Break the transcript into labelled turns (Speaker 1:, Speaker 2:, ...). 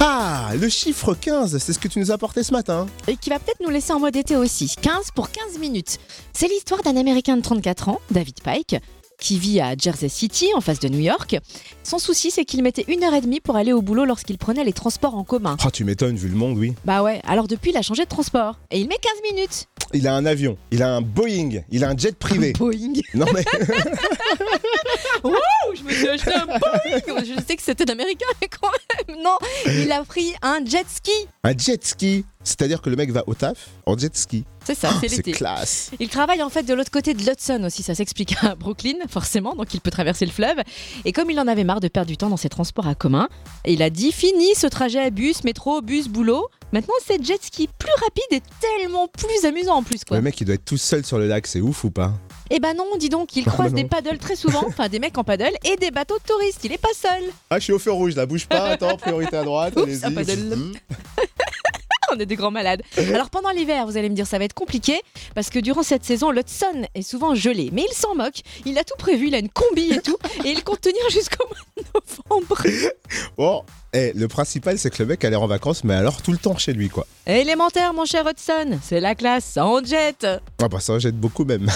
Speaker 1: Ah, le chiffre 15, c'est ce que tu nous as apporté ce matin.
Speaker 2: et qui va peut-être nous laisser en mode été aussi. 15 pour 15 minutes. C'est l'histoire d'un Américain de 34 ans, David Pike, qui vit à Jersey City, en face de New York. Son souci, c'est qu'il mettait une heure et demie pour aller au boulot lorsqu'il prenait les transports en commun.
Speaker 1: Ah, tu m'étonnes, vu le monde, oui.
Speaker 2: Bah ouais, alors depuis, il a changé de transport. Et il met 15 minutes.
Speaker 1: Il a un avion, il a un Boeing, il a un jet privé.
Speaker 2: Boeing.
Speaker 1: Non mais,
Speaker 2: Wouh, je me suis acheté un Boeing. Je sais que c'était américain, mais quand même. Non, il a pris un jet ski.
Speaker 1: un jet ski. C'est-à-dire que le mec va au taf en jet ski.
Speaker 2: C'est ça,
Speaker 1: Oh,
Speaker 2: c'est
Speaker 1: C'est
Speaker 2: l'été.
Speaker 1: classe.
Speaker 2: Il travaille en fait de l'autre côté de l'Hudson aussi, ça s'explique à Brooklyn, forcément, donc il peut traverser le fleuve. Et comme il en avait marre de perdre du temps dans ses transports à commun, il a dit fini ce trajet à bus, métro, bus, boulot. Maintenant, c'est jet ski plus rapide et tellement plus amusant en plus, quoi.
Speaker 1: Le mec, il doit être tout seul sur le lac, c'est ouf ou pas
Speaker 2: Eh ben non, dis donc, il
Speaker 1: Ah,
Speaker 2: croise
Speaker 1: bah
Speaker 2: des
Speaker 1: non.
Speaker 2: paddles très souvent, enfin des mecs en paddle et des bateaux de touristes, il est pas seul.
Speaker 1: Ah, je suis au feu rouge, là, bouge pas, attends, priorité à droite,
Speaker 2: Oups,
Speaker 1: allez-y.
Speaker 2: un paddle.
Speaker 1: Mm.
Speaker 2: On est des grands malades. Alors pendant l'hiver, vous allez me dire, ça va être compliqué parce que durant cette saison, l'Hudson est souvent gelé. Mais il s'en moque. Il a tout prévu. Il a une combi et tout. Et il compte tenir jusqu'au mois de novembre.
Speaker 1: Bon, eh, le principal, c'est que le mec a l'air en vacances, mais alors tout le temps chez lui, quoi.
Speaker 2: Élémentaire, mon cher Hudson. C'est la classe. ça, On jette.
Speaker 1: Ah bah ça jette beaucoup même.